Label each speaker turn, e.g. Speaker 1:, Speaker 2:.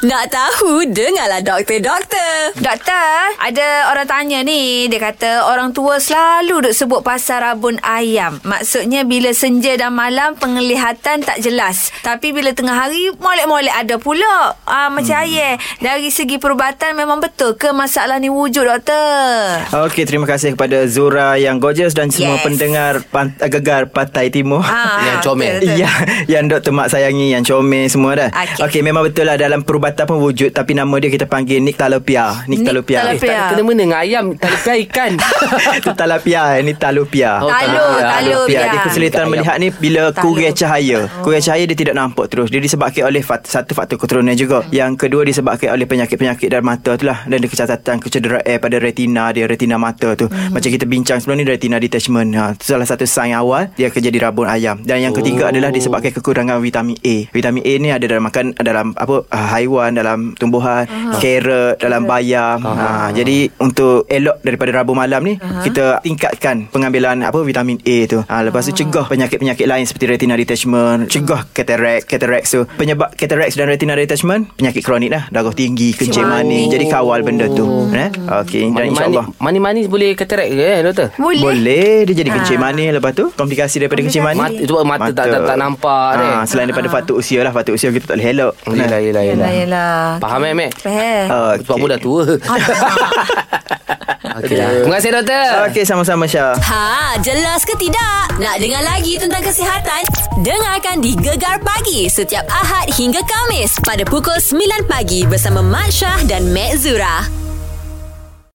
Speaker 1: Nak tahu, dengarlah doktor-doktor.
Speaker 2: Doktor, ada orang tanya ni. Dia kata orang tua selalu duk sebut pasal rabun ayam. Maksudnya bila senja dan malam penglihatan tak jelas. Tapi bila tengah hari, molek-molek ada pula. Ah, macam hmm. ayah. Dari segi perubatan memang betul ke masalah ni wujud doktor?
Speaker 3: Okey, terima kasih kepada Zura yang gorgeous dan semua
Speaker 2: Yes.
Speaker 3: pendengar pan, eh, gegar Pantai Timur.
Speaker 2: Ah,
Speaker 4: Yang comel.
Speaker 2: betul, betul.
Speaker 3: Ya, yang doktor mak sayangi, yang comel semua dah.
Speaker 2: Okey.
Speaker 3: Okey, memang betul lah dalam perubatan pun wujud tapi nama dia kita panggil Nyctalopia. Nyctalopia.
Speaker 4: Eh, tak ada kena-mena dengan ayam Tak ada kan? ikan
Speaker 3: Nyctalopia, Nyctalopia.
Speaker 4: Oh,
Speaker 2: Talo, talo
Speaker 4: tak-
Speaker 3: Talopia. Dia
Speaker 2: biar.
Speaker 3: kesulitan
Speaker 4: Ayam.
Speaker 3: melihat ni bila
Speaker 2: Talop.
Speaker 3: kurang cahaya. Kurang
Speaker 4: Hmm.
Speaker 3: cahaya dia tidak nampak terus. Dia disebabkan oleh fat, satu faktor keturunan juga.
Speaker 4: Hmm.
Speaker 3: Yang kedua disebabkan oleh penyakit-penyakit dalam mata tu lah. Dan ada kecacatan kecederaan eh, pada retina dia, retina mata tu.
Speaker 4: Hmm.
Speaker 3: Macam kita bincang sebelum ni retina detachment. Ha, tu salah satu sign awal dia akan jadi rabun ayam. Dan yang ketiga
Speaker 4: Oh.
Speaker 3: adalah disebabkan kekurangan vitamin A. Vitamin A ni ada dalam makan dalam apa ah, haiwan, dalam tumbuhan, carrot, dalam bayam. Ha, jadi untuk elok daripada rabun malam ni kita tingkatkan pengambilan apa vitamin A tu. Ha, lepas tu cegah penyakit-penyakit lain seperti retina detachment, cegah cataract, cataract tu. Penyebab cataract dan retina detachment penyakit kronik lah, darah tinggi, kencing manis. Jadi kawal benda tu. Eh? Okey, dan
Speaker 4: Manis-manis
Speaker 3: insyaallah
Speaker 4: Manis-manis boleh katerak ke eh, doktor?
Speaker 2: Boleh.
Speaker 3: boleh dia jadi kencing manis lepas tu komplikasi daripada kencing manis
Speaker 4: Mata- sebab mata tak- tak- tak nampak,
Speaker 3: ha,
Speaker 4: kan?
Speaker 3: selain daripada faktor usia lah faktor usia kita tak boleh elok
Speaker 4: Yelah, yelah,
Speaker 2: Yelah,
Speaker 4: yelah.
Speaker 2: yelah.
Speaker 4: Faham, eh, Mek?
Speaker 2: Faham.
Speaker 3: Ah,
Speaker 4: Sebab pun dah tua. Okey lah. Terima kasih, doktor.
Speaker 3: Okey sama-sama Syah
Speaker 1: Ha, jelas ke tidak? Nak dengar lagi tentang kesihatan? Dengarkan di Gegar Pagi setiap Ahad hingga Kamis pada pukul 9 pagi bersama Mat Syah dan Mat Zura.